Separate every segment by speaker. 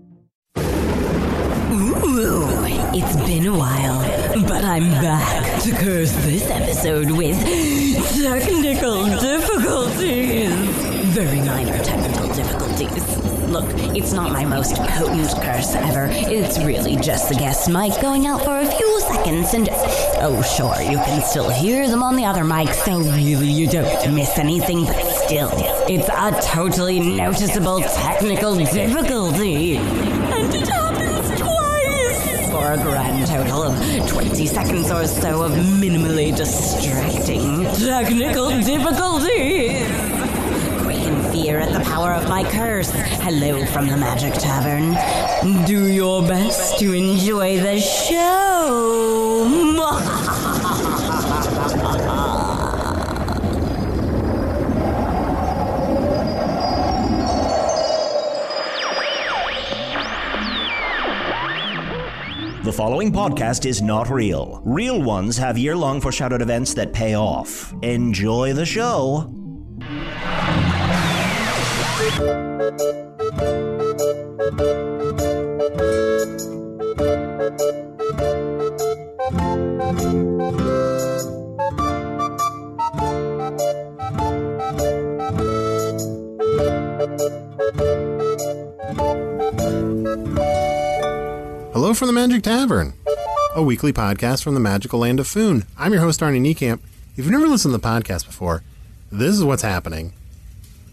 Speaker 1: Ooh, it's been a while, but I'm back to curse this episode with technical difficulties. Very minor technical difficulties. Look, it's not my most potent curse ever. It's really just the guest mic going out for a few seconds, and oh, sure, you can still hear them on the other mic, so really you don't miss anything, but still, it's a totally noticeable technical difficulty. And it happens twice! For a grand total of 20 seconds or so of minimally distracting technical difficulties fear at the power of my curse. Hello from the Magic Tavern. Do your best to enjoy the show.
Speaker 2: The following podcast is not real. Real ones have year long foreshadowed events that pay off. Enjoy the show.
Speaker 3: Hello from the Magic Tavern, a weekly podcast from the magical land of Foon. I'm your host, Arnie Niekamp. If you've never listened to the podcast before, this is what's happening.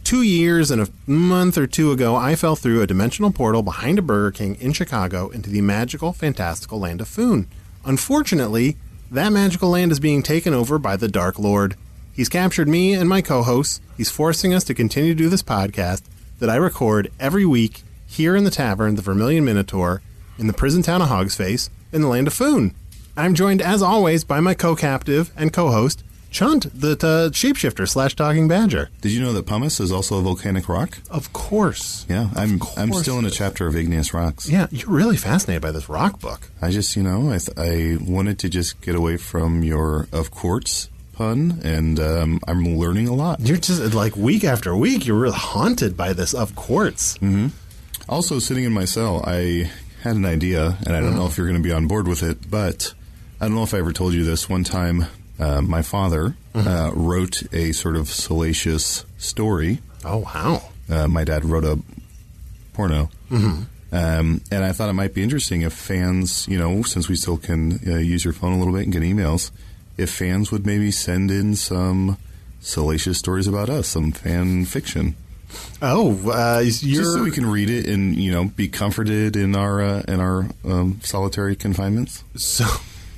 Speaker 3: Two years and a month or two ago, I fell through a dimensional portal behind a Burger King in Chicago into the magical, fantastical land of Foon. Unfortunately, that magical land is being taken over by the Dark Lord. He's captured me and my co hosts. He's forcing us to continue to do this podcast that I record every week here in the tavern, the Vermilion Minotaur, in the prison town of Hogsface, in the land of Foon. I'm joined, as always, by my co captive and co host, Chunt, the uh, shapeshifter slash talking badger.
Speaker 4: Did you know that pumice is also a volcanic rock?
Speaker 3: Of course.
Speaker 4: Yeah, I'm I'm still in a chapter of igneous rocks.
Speaker 3: Yeah, you're really fascinated by this rock book.
Speaker 4: I just you know I th- I wanted to just get away from your of quartz pun, and um, I'm learning a lot.
Speaker 3: You're just like week after week, you're really haunted by this, of course.
Speaker 4: hmm Also, sitting in my cell, I had an idea, and I don't know if you're going to be on board with it, but I don't know if I ever told you this. One time, uh, my father
Speaker 3: Mm-hmm.
Speaker 4: uh, wrote a sort of salacious story.
Speaker 3: Oh wow!
Speaker 4: Uh, my dad wrote a porno.
Speaker 3: Mhm.
Speaker 4: Um, and I thought it might be interesting if fans, you know, since we still can uh, use your phone a little bit and get emails, if fans would maybe send in some salacious stories about us, some fan fiction.
Speaker 3: Oh, uh, you're
Speaker 4: Just so we can read it and you know be comforted in our uh, in our um, solitary confinements.
Speaker 3: So,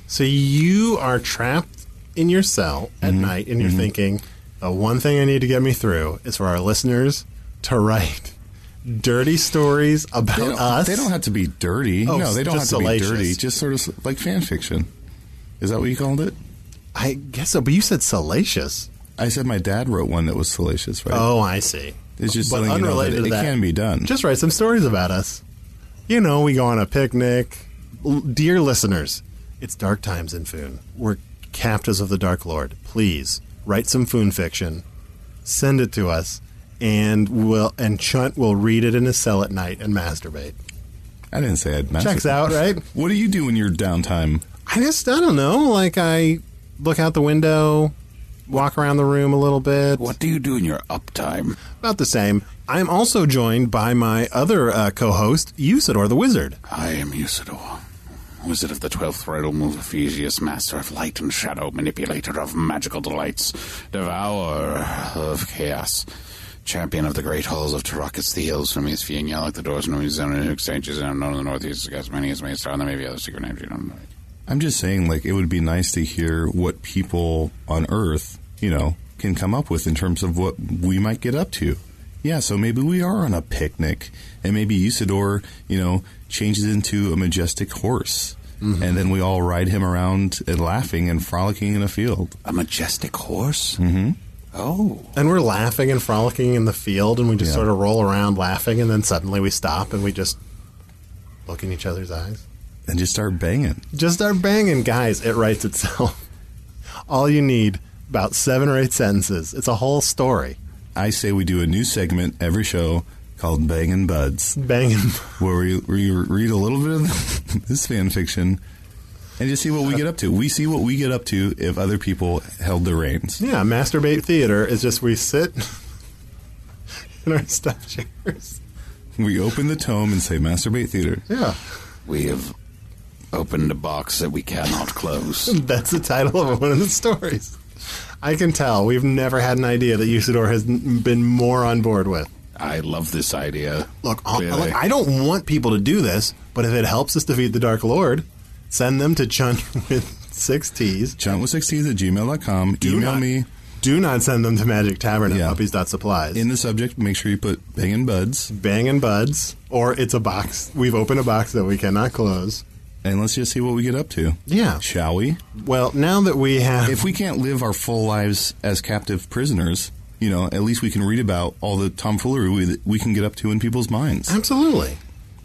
Speaker 3: so you are trapped in your cell at
Speaker 4: Mm-hmm.
Speaker 3: night, and you're thinking, the one thing I need to get me through is for our listeners to write dirty stories about
Speaker 4: They don't,
Speaker 3: us.
Speaker 4: they don't have to be dirty.
Speaker 3: Oh,
Speaker 4: no, they don't have
Speaker 3: just
Speaker 4: to
Speaker 3: salacious.
Speaker 4: be dirty. Just sort of s- like fan fiction. Is that what you called it?
Speaker 3: I guess so, but you said salacious.
Speaker 4: I said my dad wrote one that was salacious, right?
Speaker 3: Oh, I see.
Speaker 4: It's just
Speaker 3: but
Speaker 4: letting you know
Speaker 3: unrelated
Speaker 4: that
Speaker 3: to
Speaker 4: it
Speaker 3: that,
Speaker 4: can be done.
Speaker 3: Just write some stories about us. You know, we go on a picnic. L- dear listeners, it's dark times in Foon. We're captives of the Dark Lord. Please write some foon fiction, send it to us, and we'll and Chunt will read it in his cell at night and masturbate.
Speaker 4: I didn't say I'd master-
Speaker 3: Checks out, right?
Speaker 4: What do you do in your downtime?
Speaker 3: I just I don't know. Like I look out the window, walk around the room a little bit.
Speaker 5: What do you do in your uptime?
Speaker 3: About the same. I'm also joined by my other uh, co-host, Usador the Wizard.
Speaker 5: I am Usador, wizard of the twelfth realm of Ephesius, master of light and shadow, manipulator of magical delights, devourer of chaos, champion of the great halls of Tarakas, the hills from East Fiend, like the doors, no zone, exchanges, and unknown in the northeast, as many as may star, and there may be other secret names you don't know.
Speaker 4: I'm just saying, like, it would be nice to hear what people on Earth, you know, can come up with in terms of what we might get up to. Yeah, so maybe we are on a picnic, and maybe Usador, you know, changes into a majestic horse,
Speaker 3: Mm-hmm.
Speaker 4: and then we all ride him around and laughing and frolicking in a field.
Speaker 5: A majestic horse? Mm-hmm. Oh.
Speaker 3: And we're laughing and frolicking in the field, and we just
Speaker 4: Yeah.
Speaker 3: sort of roll around laughing, and then suddenly we stop and we just look in each other's eyes.
Speaker 4: and just start banging.
Speaker 3: Just start banging, guys. It writes itself. All you need about seven or eight sentences. It's a whole story.
Speaker 4: I say we do a new segment every show called Bangin' Buds,
Speaker 3: Banging.
Speaker 4: where we, we read a little bit of this fan fiction and just see what we get up to. We see what we get up to if other people held the reins.
Speaker 3: Yeah, masturbate theater is just we sit in our stuffed chairs.
Speaker 4: We open the tome and say Masturbate Theater.
Speaker 3: Yeah,
Speaker 5: We have opened a box that we cannot close.
Speaker 3: that's the title of one of the stories. I can tell we've never had an idea that Usador has n- been more on board with.
Speaker 5: I love this idea.
Speaker 3: Look, I-
Speaker 5: Really.
Speaker 3: I don't want people to do this, but if it helps us defeat the Dark Lord, send them to Chun with six T's.
Speaker 4: John with 60s at gmail.com.
Speaker 3: Do
Speaker 4: Email
Speaker 3: not-
Speaker 4: me
Speaker 3: Do not send them to Magic Tavern
Speaker 4: Yeah.
Speaker 3: at puppies.supplies.
Speaker 4: in
Speaker 3: In
Speaker 4: the subject. Make sure you put Bangin' Buds.
Speaker 3: Bang and Buds, or it's a box. We've opened a box that we cannot close.
Speaker 4: And let's just see what we get up to.
Speaker 3: Yeah.
Speaker 4: Shall we?
Speaker 3: Well, now that we have.
Speaker 4: if we can't live our full lives as captive prisoners, you know, at least we can read about all the tomfoolery we, that we can get up to in people's minds.
Speaker 3: Absolutely.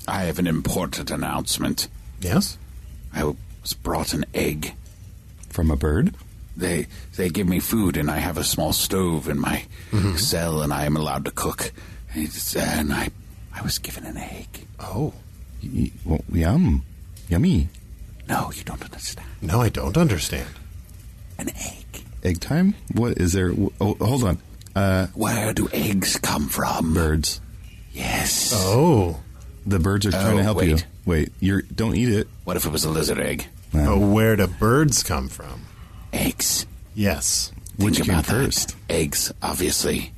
Speaker 5: I have an important announcement.
Speaker 3: Yes.
Speaker 5: I was brought an egg.
Speaker 4: From a bird?
Speaker 5: They they give me food, and I have a small stove in my cell, and I am allowed to cook. And, it's- and I I was given an egg.
Speaker 3: Oh.
Speaker 4: Y- well, yum. Yummy.
Speaker 5: No, you don't understand.
Speaker 3: No, I don't understand.
Speaker 5: An egg.
Speaker 4: Egg time? What is there? wh- Oh, hold on. Uh,
Speaker 5: Where do eggs come from?
Speaker 4: birds.
Speaker 5: Yes.
Speaker 3: Oh.
Speaker 4: The birds are trying
Speaker 5: Oh,
Speaker 4: to help you.
Speaker 5: wait.
Speaker 4: Wait, you're don't eat it.
Speaker 5: What if it was a lizard egg?
Speaker 3: But Oh, where do birds come from?
Speaker 5: Eggs.
Speaker 3: Yes.
Speaker 4: Which
Speaker 5: Think
Speaker 4: came
Speaker 5: about that.
Speaker 4: first?
Speaker 5: Eggs, obviously.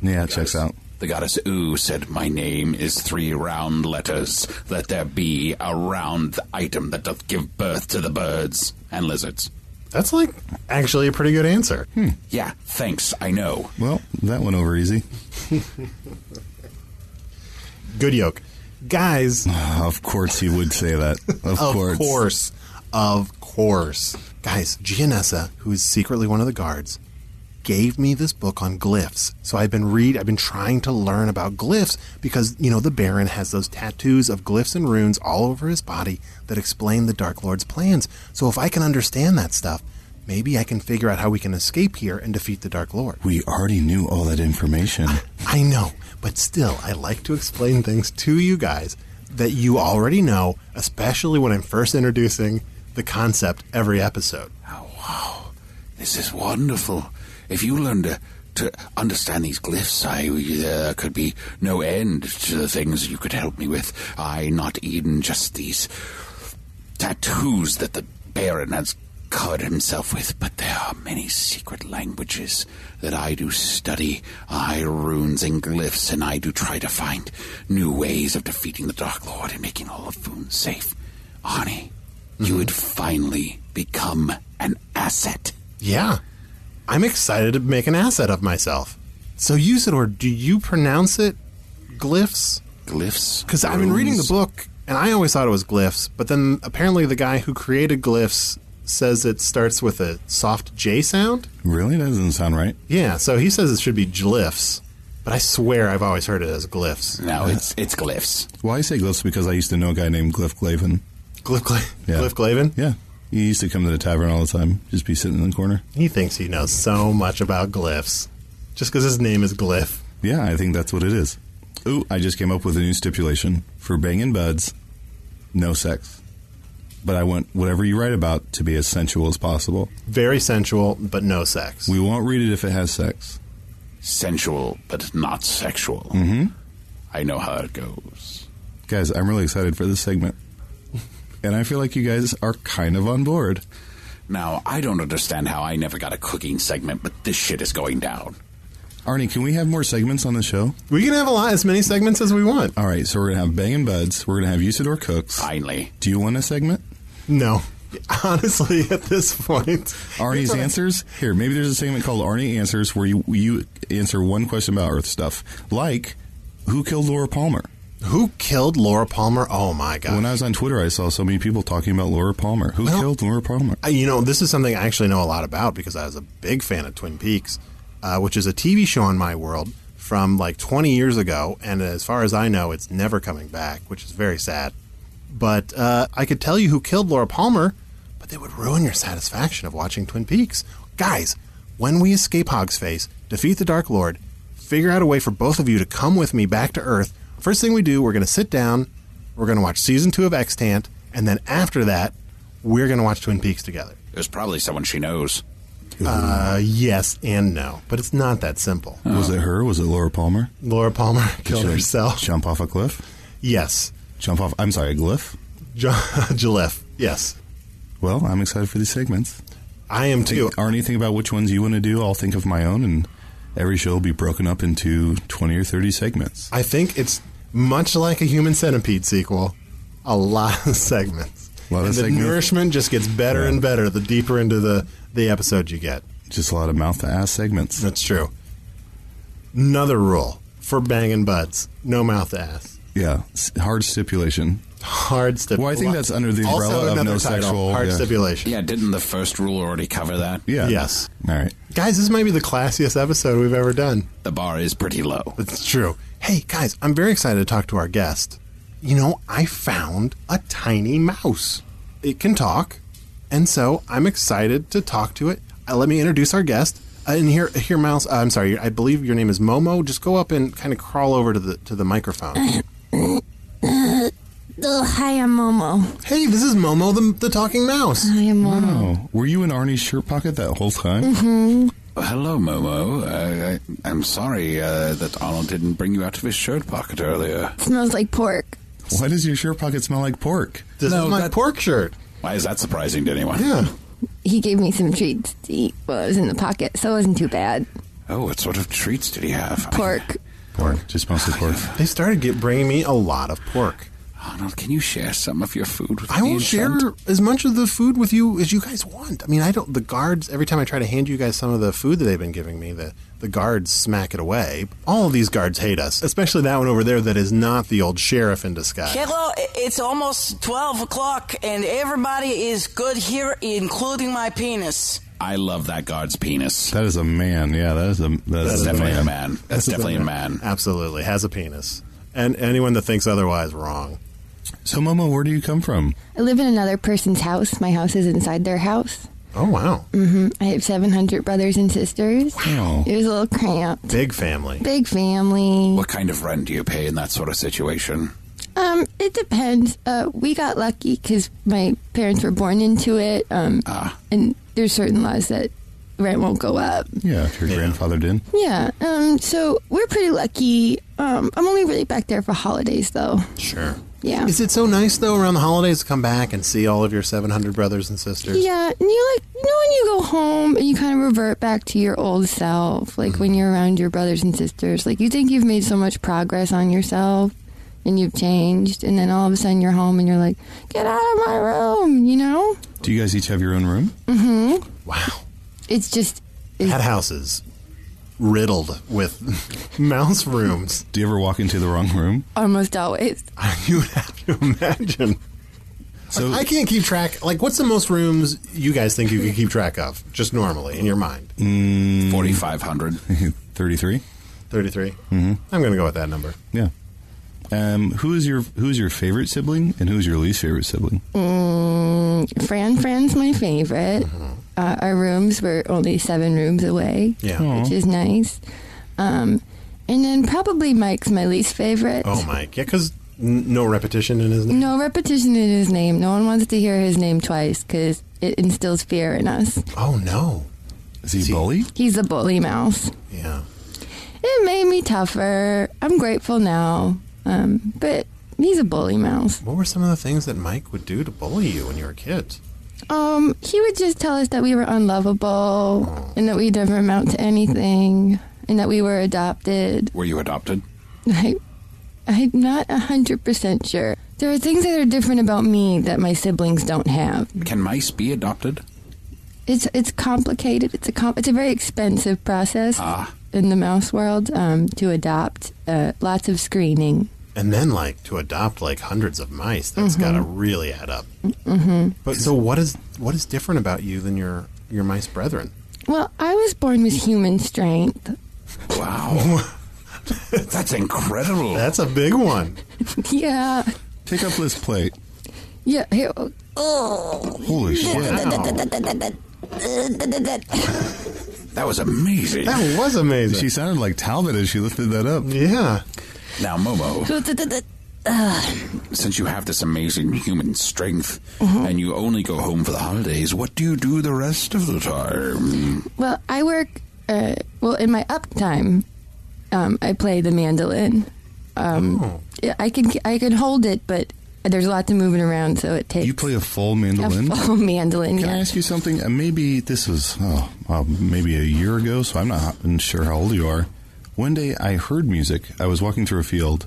Speaker 4: Yeah, it checks out.
Speaker 5: The goddess Oo said, My name is three round letters. Let there be a round item that doth give birth to the birds and lizards.
Speaker 3: That's like actually a pretty good answer.
Speaker 5: Yeah, thanks, I know.
Speaker 4: Well, that went over easy.
Speaker 3: Good yoke. Guys,
Speaker 4: Uh, of course, he would say that. Of,
Speaker 3: of course. Of course. Guys, Gianessa, who is secretly one of the guards, gave me this book on glyphs. So I've been read I've been trying to learn about glyphs because, you know, the Baron has those tattoos of glyphs and runes all over his body that explain the Dark Lord's plans. So if I can understand that stuff, maybe I can figure out how we can escape here and defeat the Dark Lord.
Speaker 4: We already knew all that information.
Speaker 3: I know, but still, I like to explain things to you guys that you already know, especially when I'm first introducing the concept every episode.
Speaker 5: Oh, This is wonderful. If you learn to, to understand these glyphs, I there could be no end to the things you could help me with. I not even just these tattoos that the Baron has covered himself with, but there are many secret languages that I do study. I runes and glyphs, and I do try to find new ways of defeating the Dark Lord and making all of Foon safe. Arnie, you would finally become an asset.
Speaker 3: Yeah, I'm excited to make an asset of myself. So, Usador, do you pronounce it glyphs?
Speaker 5: glyphs.
Speaker 3: Because I've been reading the
Speaker 5: runes.
Speaker 3: book, and I always thought it was glyphs, but then apparently the guy who created glyphs says it starts with a soft J sound.
Speaker 4: really, that doesn't sound right.
Speaker 3: Yeah, so he says it should be glyphs, but I swear I've always heard it as glyphs.
Speaker 5: No, it's it's glyphs.
Speaker 4: Well, I say glyphs because I used to know a guy named Glyph Glavin.
Speaker 3: Glyph, Gla-
Speaker 4: Yeah.
Speaker 3: Glyph Glavin?
Speaker 4: Yeah. He used to come to the tavern all the time, just be sitting in the corner.
Speaker 3: He thinks he knows so much about glyphs just because his name is Glyph.
Speaker 4: Yeah, I think that's what it is. Ooh, I just came up with a new stipulation for banging buds, no sex. But I want whatever you write about to be as sensual as possible.
Speaker 3: Very sensual, but no sex.
Speaker 4: We won't read it if it has sex.
Speaker 5: Sensual, but not sexual. I know how it goes.
Speaker 4: Guys, I'm really excited for this segment. And I feel like you guys are kind of on board.
Speaker 5: Now, I don't understand how I never got a cooking segment, but this shit is going down.
Speaker 4: Arnie, can we have more segments on the show?
Speaker 3: We can have a lot, as many segments as we want.
Speaker 4: All right, so we're going to have Bangin' Buds. We're going to have Usador Cooks.
Speaker 5: Finally.
Speaker 4: Do you want a segment?
Speaker 3: No. Honestly, at this point,
Speaker 4: Arnie's answers? Here, maybe there's a segment called Arnie Answers where you, you answer one question about Earth stuff. Like, who killed Laura Palmer?
Speaker 3: who killed Laura Palmer? Oh my god!
Speaker 4: When I was on Twitter, I saw so many people talking about Laura Palmer. Who
Speaker 3: Well-
Speaker 4: killed Laura Palmer?
Speaker 3: Uh, you know, this is something I actually know a lot about because I was a big fan of Twin Peaks, uh, which is a TV show in my world from like 20 years ago. And as far as I know, it's never coming back, which is very sad. But uh, I could tell you who killed Laura Palmer, but they would ruin your satisfaction of watching Twin Peaks. Guys, when we escape Hog's Face, defeat the Dark Lord, figure out a way for both of you to come with me back to Earth, first thing we do, we're going to sit down, we're going to watch season two of Extant, and then after that, we're going to watch Twin Peaks together.
Speaker 5: There's probably someone she knows.
Speaker 3: Uh, yes and no, but it's not that simple.
Speaker 4: Was it her? Was it Laura Palmer?
Speaker 3: Laura Palmer killed
Speaker 4: Should I
Speaker 3: herself.
Speaker 4: Jump off a cliff?
Speaker 3: Yes.
Speaker 4: Jump off, I'm sorry, a glyph?
Speaker 3: Jo- Jalef. Yes.
Speaker 4: Well, I'm excited for these segments.
Speaker 3: I am too.
Speaker 4: Think, Arnie, think about which ones you want to do. I'll think of my own, and every show will be broken up into 20 or 30 segments.
Speaker 3: I think it's much like a Human Centipede sequel, a lot of segments.
Speaker 4: A lot of
Speaker 3: and the
Speaker 4: segments.
Speaker 3: nourishment just gets better
Speaker 4: Yeah.
Speaker 3: and better the deeper into the, the episode you get.
Speaker 4: Just a lot of mouth to ass segments.
Speaker 3: That's true. Another rule for banging butts no mouth to ass.
Speaker 4: Yeah, s- hard stipulation.
Speaker 3: Hard stipulation.
Speaker 4: Well, I think that's under the umbrella
Speaker 3: also
Speaker 4: of
Speaker 3: another
Speaker 4: no
Speaker 3: title,
Speaker 4: sexual-
Speaker 3: Hard
Speaker 4: yeah.
Speaker 3: stipulation.
Speaker 5: Yeah, didn't the first rule already cover that?
Speaker 4: Yeah.
Speaker 3: Yes.
Speaker 4: All right.
Speaker 3: Guys, this might be the classiest episode we've ever done.
Speaker 5: The bar is pretty low.
Speaker 3: That's true. Hey, guys, I'm very excited to talk to our guest. You know, I found a tiny mouse. It can talk, and so I'm excited to talk to it. Uh, let me introduce our guest. Uh, and here, here, mouse. Uh, I'm sorry. I believe your name is Momo. Just go up and kind of crawl over to the to the microphone.
Speaker 6: Oh, hi, I'm Momo.
Speaker 3: hey, this is Momo, the, the talking mouse.
Speaker 6: I am Momo.
Speaker 4: Oh, were you in Arnie's shirt pocket that whole time?
Speaker 5: Hello, Momo. Uh, I, I'm sorry uh, that Arnold didn't bring you out of his shirt pocket earlier.
Speaker 6: It smells like pork.
Speaker 4: Why does your shirt pocket smell like pork?
Speaker 3: This
Speaker 5: No,
Speaker 3: is my
Speaker 5: that-
Speaker 3: pork shirt.
Speaker 5: Why is that surprising to anyone?
Speaker 3: Yeah.
Speaker 6: He gave me some treats to eat while I was in the pocket, so it wasn't too bad.
Speaker 5: Oh, what sort of treats did he have?
Speaker 6: Pork.
Speaker 4: Pork. Just mostly pork.
Speaker 3: They started get, bringing me a lot of pork.
Speaker 5: Arnold, can you share some of your food with
Speaker 3: I
Speaker 5: me?
Speaker 3: will
Speaker 5: and
Speaker 3: share
Speaker 5: Shunt?
Speaker 3: as much of the food with you as you guys want. I mean, I don't. The guards every time I try to hand you guys some of the food that they've been giving me, the the guards smack it away. All of these guards hate us, especially that one over there that is not the old sheriff in disguise.
Speaker 7: Hello, i- it's almost 12 o'clock, and everybody is good here, including my penis.
Speaker 5: I love that guard's penis.
Speaker 4: That is a man. Yeah, that is a that
Speaker 5: That's
Speaker 4: is
Speaker 5: definitely
Speaker 4: a
Speaker 5: a
Speaker 4: man.
Speaker 5: man. That's, definitely a man.
Speaker 3: Absolutely has a penis, and anyone that thinks otherwise wrong.
Speaker 4: So, Momo, where do you come from?
Speaker 6: I live in another person's house. My house is inside their house.
Speaker 3: Oh wow,
Speaker 6: I have 700 brothers and sisters.
Speaker 4: Wow.
Speaker 6: It was a little cramped.
Speaker 3: big family.
Speaker 6: Big family.
Speaker 5: What kind of rent do you pay in that sort of situation?
Speaker 6: Um, it depends. Uh, we got lucky because my parents were born into it. Um,
Speaker 5: Ah,
Speaker 6: and there's certain laws that rent won't go up.
Speaker 4: Yeah, if your grandfather did.
Speaker 6: Yeah. Um. So we're pretty lucky. Um. I'm only really back there for holidays, though.
Speaker 3: Sure.
Speaker 6: Yeah.
Speaker 3: Is it so nice though around the holidays to come back and see all of your seven hundred brothers and sisters?
Speaker 6: Yeah. And you like, you know, when you go home and you kind of revert back to your old self, like
Speaker 4: Mm-hmm.
Speaker 6: when you're around your brothers and sisters, like you think you've made so much progress on yourself and you've changed, and then all of a sudden you're home and you're like, get out of my room. You know,
Speaker 4: Do you guys each have your own room?
Speaker 3: Wow.
Speaker 6: it's just. It's,
Speaker 3: That house is riddled with mouse rooms.
Speaker 4: Do you ever walk into the wrong room?
Speaker 6: Almost always.
Speaker 3: you would have to imagine.
Speaker 4: So
Speaker 3: I can't keep track. Like, what's the most rooms you guys think you could keep track of, just normally in your mind?
Speaker 5: 4500
Speaker 4: 33?
Speaker 3: Mm. Thirty-three. Mm-hmm. I'm going to go with that number.
Speaker 4: Yeah. Um, who is your who is your favorite sibling and who is your least favorite sibling?
Speaker 6: Mm, Fran Fran's my favorite.
Speaker 4: Uh-huh.
Speaker 6: Uh, our rooms were only seven rooms away,
Speaker 3: Yeah.
Speaker 6: which is nice. Um, and then probably Mike's my least favorite.
Speaker 3: Oh, Mike. Yeah, because n- no repetition in his name.
Speaker 6: No repetition in his name. No one wants to hear his name twice because it instills fear in us.
Speaker 3: Oh, no.
Speaker 4: Is he bully?
Speaker 6: He's a bully mouse.
Speaker 3: Yeah.
Speaker 6: It made me tougher. I'm grateful now. Um, but he's a bully mouse.
Speaker 3: What were some of the things that Mike would do to bully you when you were a kid?
Speaker 6: Um, he would just tell us that we were unlovable and that we never amount to anything and that we were adopted.
Speaker 5: Were you adopted?
Speaker 6: I, I'm not 100% sure. There are things that are different about me that my siblings don't have.
Speaker 5: Can mice be adopted?
Speaker 6: It's it's complicated. It's a com- it's a very expensive process
Speaker 5: Ah.
Speaker 6: in the mouse world um, to adopt. Uh, lots of screening.
Speaker 3: And then, like, to adopt like hundreds of mice, that's got to really add up. Mm-hmm. But so, what is what is different about you than your your mice brethren?
Speaker 6: Well, I was born with human strength.
Speaker 5: Wow. That's incredible.
Speaker 3: That's a big one.
Speaker 6: yeah,
Speaker 4: Pick up this plate.
Speaker 6: yeah. Here,
Speaker 4: Holy shit!
Speaker 3: Wow.
Speaker 5: that was amazing.
Speaker 3: That was amazing.
Speaker 4: She sounded like Talbot as she lifted that up.
Speaker 3: yeah.
Speaker 5: Now, Momo, since you have this amazing human strength
Speaker 4: Mm-hmm.
Speaker 5: and you only go home for the holidays, what do you do the rest of the time?
Speaker 6: Well, I work. Uh, well, in my uptime, um, I play the mandolin. Um, yeah, I can I can hold it, but there's lots of moving around, so it takes
Speaker 4: You play a full
Speaker 6: a
Speaker 4: mandolin.
Speaker 6: full mandolin.
Speaker 4: Can I
Speaker 6: Yeah.
Speaker 4: ask you something? Uh, maybe this was oh, uh, maybe a year ago, so I'm not even sure how old you are. One day I heard music. I was walking through a field,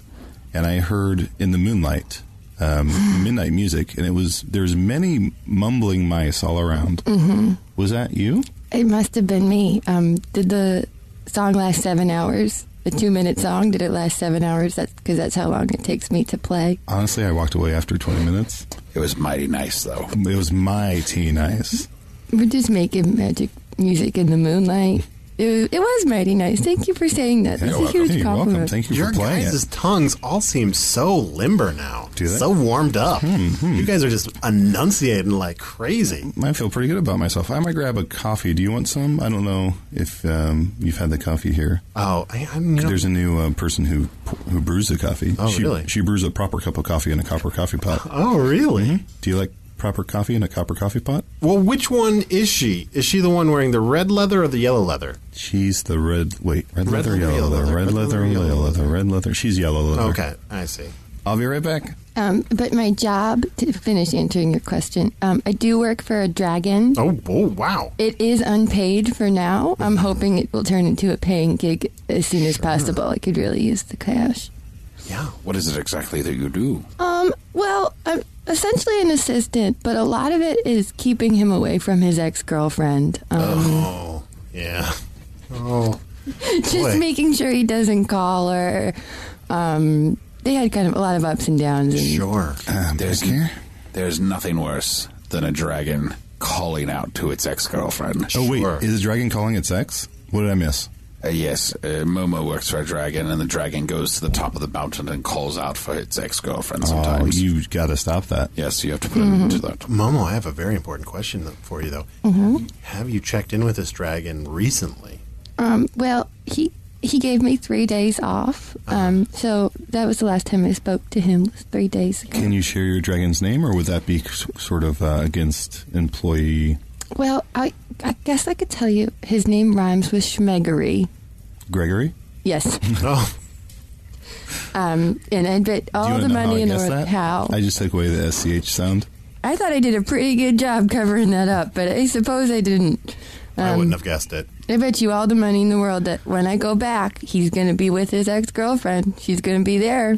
Speaker 4: and I heard in the moonlight um, midnight music, and it was there's many mumbling mice all around. Mm-hmm. Was that you?
Speaker 6: It must have been me. Um, did the song last seven hours? The two minute song? Did it last seven hours? That's because that's how long it takes me to play.
Speaker 4: Honestly, I walked away after 20 minutes.
Speaker 5: It was mighty nice, though.
Speaker 4: It was my tea nice.
Speaker 6: We're just making magic music in the moonlight. It was, it was mighty nice. Thank you for saying that. That's a huge
Speaker 4: Hey, you're
Speaker 6: compliment.
Speaker 4: welcome. Thank you
Speaker 3: Your
Speaker 4: for playing
Speaker 3: guys'
Speaker 4: it.
Speaker 3: tongues all seem so limber now.
Speaker 4: Do they? Hmm,
Speaker 3: So warmed up. You guys are just enunciating like crazy.
Speaker 4: I feel pretty good about myself. I might grab a coffee. Do you want some? I don't know if um, you've had the coffee here.
Speaker 3: Oh, I, I'm. You know,
Speaker 4: There's a new uh, person who who brews the coffee.
Speaker 3: Oh,
Speaker 4: she,
Speaker 3: really?
Speaker 4: She brews a proper cup of coffee in a copper coffee pot.
Speaker 3: oh, really?
Speaker 4: Do you like proper coffee in a copper coffee pot?
Speaker 3: Well, which one is she? Is she the one wearing the red leather or the yellow leather?
Speaker 4: She's the red. Wait, red,
Speaker 3: Red
Speaker 4: leather,
Speaker 3: leather,
Speaker 4: yellow
Speaker 3: yellow
Speaker 4: leather,
Speaker 3: leather,
Speaker 4: red leather, yellow leather, red leather. She's yellow leather.
Speaker 3: Okay, I see.
Speaker 4: I'll be right back.
Speaker 6: Um, but my job, to finish answering your question, um, I do work for a dragon.
Speaker 3: Oh, oh wow.
Speaker 6: It is unpaid for now. I'm hoping it will turn into a paying gig as soon as possible. I could really use the cash.
Speaker 3: Yeah.
Speaker 5: What is it exactly that you do?
Speaker 6: Um, well, I'm essentially an assistant, but a lot of it is keeping him away from his ex girlfriend. Um,
Speaker 3: Oh, yeah. Oh,
Speaker 6: just
Speaker 3: boy.
Speaker 6: making sure he doesn't call her. Um, they had kind of a lot of ups and downs. And
Speaker 3: sure.
Speaker 4: Ah,
Speaker 5: There's, there's nothing worse than a dragon calling out to its ex girlfriend.
Speaker 4: Oh wait,
Speaker 3: Sure.
Speaker 4: is the dragon calling it sex? What did I miss?
Speaker 5: Uh, yes, uh, Momo works for a dragon, and the dragon goes to the top of the mountain and calls out for its ex girlfriend
Speaker 4: Oh,
Speaker 5: sometimes.
Speaker 4: you got to stop that.
Speaker 5: yes, you have to put an end to that.
Speaker 3: Momo, I have a very important question th- for you, though. Have you checked in with this dragon recently?
Speaker 6: Um, well, he he gave me three days off. Um, so that was the last time I spoke to him. Was three days ago.
Speaker 4: Can you share your dragon's name, or would that be s- sort of uh, against employee
Speaker 6: Well, I I guess I could tell you his name rhymes with Schmeggery.
Speaker 4: Gregory?
Speaker 6: Yes.
Speaker 3: Oh,
Speaker 6: Um, and I bet
Speaker 4: Do you
Speaker 6: all
Speaker 4: wanna
Speaker 6: the
Speaker 4: know how
Speaker 6: money
Speaker 4: I
Speaker 6: in the
Speaker 4: guessed
Speaker 6: world.
Speaker 4: that?
Speaker 6: How?
Speaker 4: I just took away the sch sound.
Speaker 6: I thought I did a pretty good job covering that up, but I suppose I didn't.
Speaker 3: I wouldn't have guessed it.
Speaker 6: I bet you all the money in the world that when I go back, he's going to be with his ex girlfriend. She's going to be there.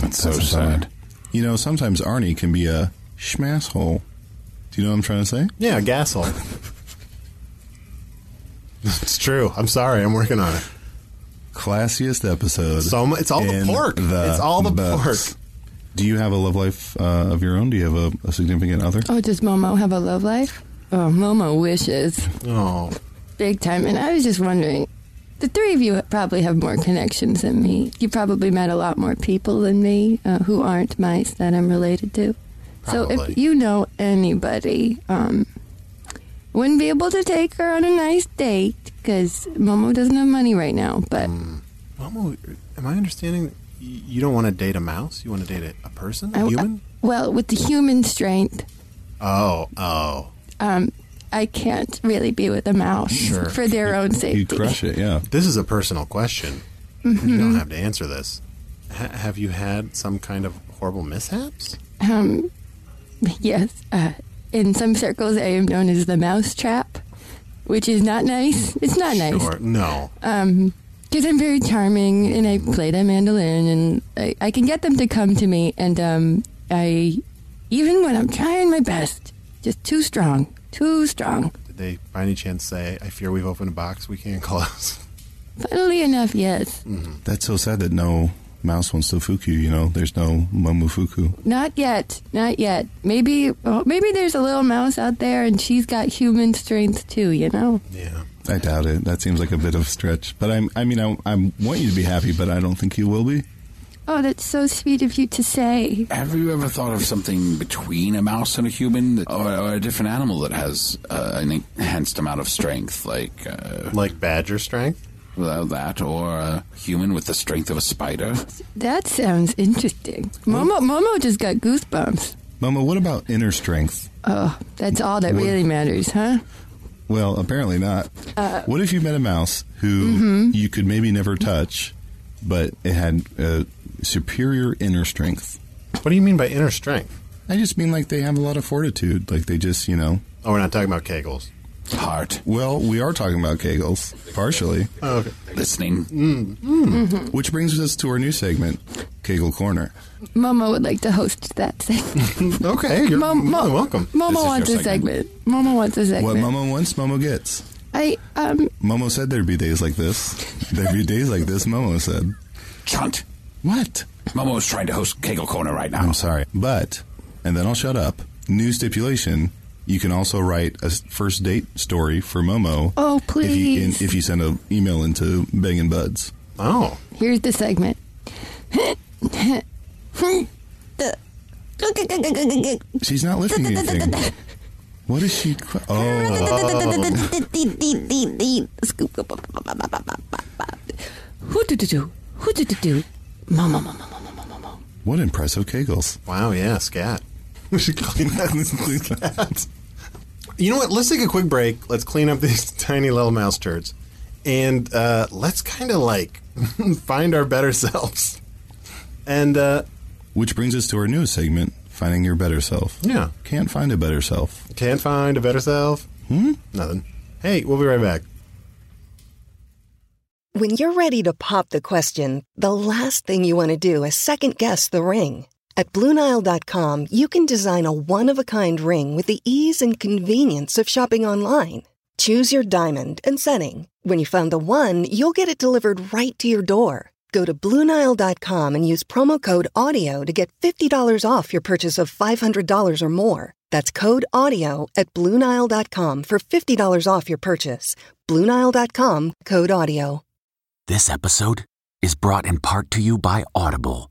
Speaker 5: That's so
Speaker 4: That's a bummer.
Speaker 5: sad.
Speaker 4: You know, sometimes Arnie can be a schmasshole. Do you know what I'm trying to say?
Speaker 3: Yeah, gasol. it's true. I'm sorry. I'm working on it.
Speaker 4: Classiest episode.
Speaker 3: So mu- it's all the
Speaker 4: in
Speaker 3: pork. It's all the pork.
Speaker 4: Do you have a love life uh, of your own? Do you have a, a significant other?
Speaker 6: Oh, does Momo have a love life? Oh, Momo wishes
Speaker 3: Oh,
Speaker 6: big time. And I was just wondering the three of you probably have more connections than me. You probably met a lot more people than me uh, who aren't mice that I'm related to. So
Speaker 3: Probably.
Speaker 6: if you know anybody, um, wouldn't be able to take her on a nice date because Momo doesn't have money right now. But
Speaker 3: Mm, Momo, am I understanding? that y- You don't want to date a mouse. You want to date a, a person, a
Speaker 6: I-
Speaker 3: human.
Speaker 6: well, with the human strength,
Speaker 3: oh, oh,
Speaker 6: um, I can't really be with a mouse
Speaker 3: Sure.
Speaker 6: for their own safety.
Speaker 4: You crush it, yeah.
Speaker 3: this is a personal question.
Speaker 6: Mm-hmm.
Speaker 3: You don't have to answer this. Ha have you had some kind of horrible mishaps?
Speaker 6: Um, yes. Uh, in some circles, I am known as the mouse trap, which is not nice. It's not nice.
Speaker 3: Or no?
Speaker 6: Uh, Because I'm very charming and I play the mandolin and I, I can get them to come to me. And um, I, even when I'm trying my best, just too strong, too strong.
Speaker 3: Did they by any chance say, "I fear we've opened a box we can't close"?
Speaker 6: Funnily enough, yes.
Speaker 4: That's so sad that no mouse wants to fuku, you know? There's no momofuku.
Speaker 6: Not yet. Not yet. Maybe oh, maybe there's a little mouse out there and she's got human strength too, you know?
Speaker 3: yeah.
Speaker 4: I doubt it. That seems like a bit of a stretch. But I'm, I mean, I, I want you to be happy, but I don't think you will be.
Speaker 6: Oh, that's so sweet of you to say.
Speaker 5: Have you ever thought of something between a mouse and a human, that, or, or a different animal that has uh, an enhanced amount of strength, like uh,
Speaker 3: Like badger strength.
Speaker 5: well, that, or a human with the strength of a spider?
Speaker 6: That sounds interesting. Momo, Momo just got goosebumps.
Speaker 4: Momo, what about inner strength?
Speaker 6: Oh, that's all that
Speaker 4: What-
Speaker 6: really matters, huh? Uh,
Speaker 4: Well, apparently not. what if you met a mouse who
Speaker 6: Mm-hmm.
Speaker 4: you could maybe never touch, but it had uh, superior inner strength?
Speaker 3: What do you mean by inner strength?
Speaker 4: I just mean like they have a lot of fortitude. Like they just, you know.
Speaker 3: Oh, we're not talking about kegels.
Speaker 5: Heart,
Speaker 4: Well, we are talking about Kegels, partially.
Speaker 5: listening.
Speaker 4: Which brings us to our new segment, Kegel Corner.
Speaker 6: Momo would like to host that segment.
Speaker 3: Okay, you're
Speaker 6: Mo-
Speaker 3: more
Speaker 6: Mo-
Speaker 3: than welcome.
Speaker 5: This
Speaker 6: Momo
Speaker 5: is
Speaker 6: wants
Speaker 5: your
Speaker 6: a
Speaker 5: segment.
Speaker 6: segment. Momo wants a
Speaker 4: What
Speaker 6: segment.
Speaker 4: Momo wants, Momo gets.
Speaker 6: I um
Speaker 4: Momo said there'd be days like this. There'd be days like this, Momo said.
Speaker 5: Chunt.
Speaker 4: What?
Speaker 5: Momo's trying to host Kegel Corner right now.
Speaker 4: I'm sorry. But, and then I'll shut up. New stipulation you can also write a s- first date story for Momo.
Speaker 6: Oh,
Speaker 4: If you, in,
Speaker 6: please.
Speaker 4: if you send an email into Bang and Buds.
Speaker 3: Oh,
Speaker 6: here's the segment.
Speaker 4: She's not lifting anything. What is she? cr- Oh.
Speaker 1: Who do do do? Who do do do?
Speaker 6: Momo, Momo, Momo, Momo.
Speaker 4: What impressive Kegels.
Speaker 3: wow, yeah, scat. We should clean that.
Speaker 4: That's
Speaker 3: You know what? Let's take a quick break. Let's clean up these tiny little mouse turds, and uh, let's kind of like find our better selves. And uh,
Speaker 4: Which brings us to our newest segment, Finding Your Better Self.
Speaker 3: Yeah.
Speaker 4: Can't find a better self.
Speaker 3: can't find a better self. Hmm. Nothing. Hey, we'll be right back.
Speaker 8: When you're ready to pop the question, the last thing you want to do is second guess the ring. At Bluenile.com, you can design a one of a kind ring with the ease and convenience of shopping online. Choose your diamond and setting. When you find the one, you'll get it delivered right to your door. Go to Bluenile.com and use promo code AUDIO to get $50 off your purchase of $500 or more. That's code AUDIO at Bluenile.com for $50 off your purchase. Bluenile.com code AUDIO.
Speaker 9: This episode is brought in part to you by Audible,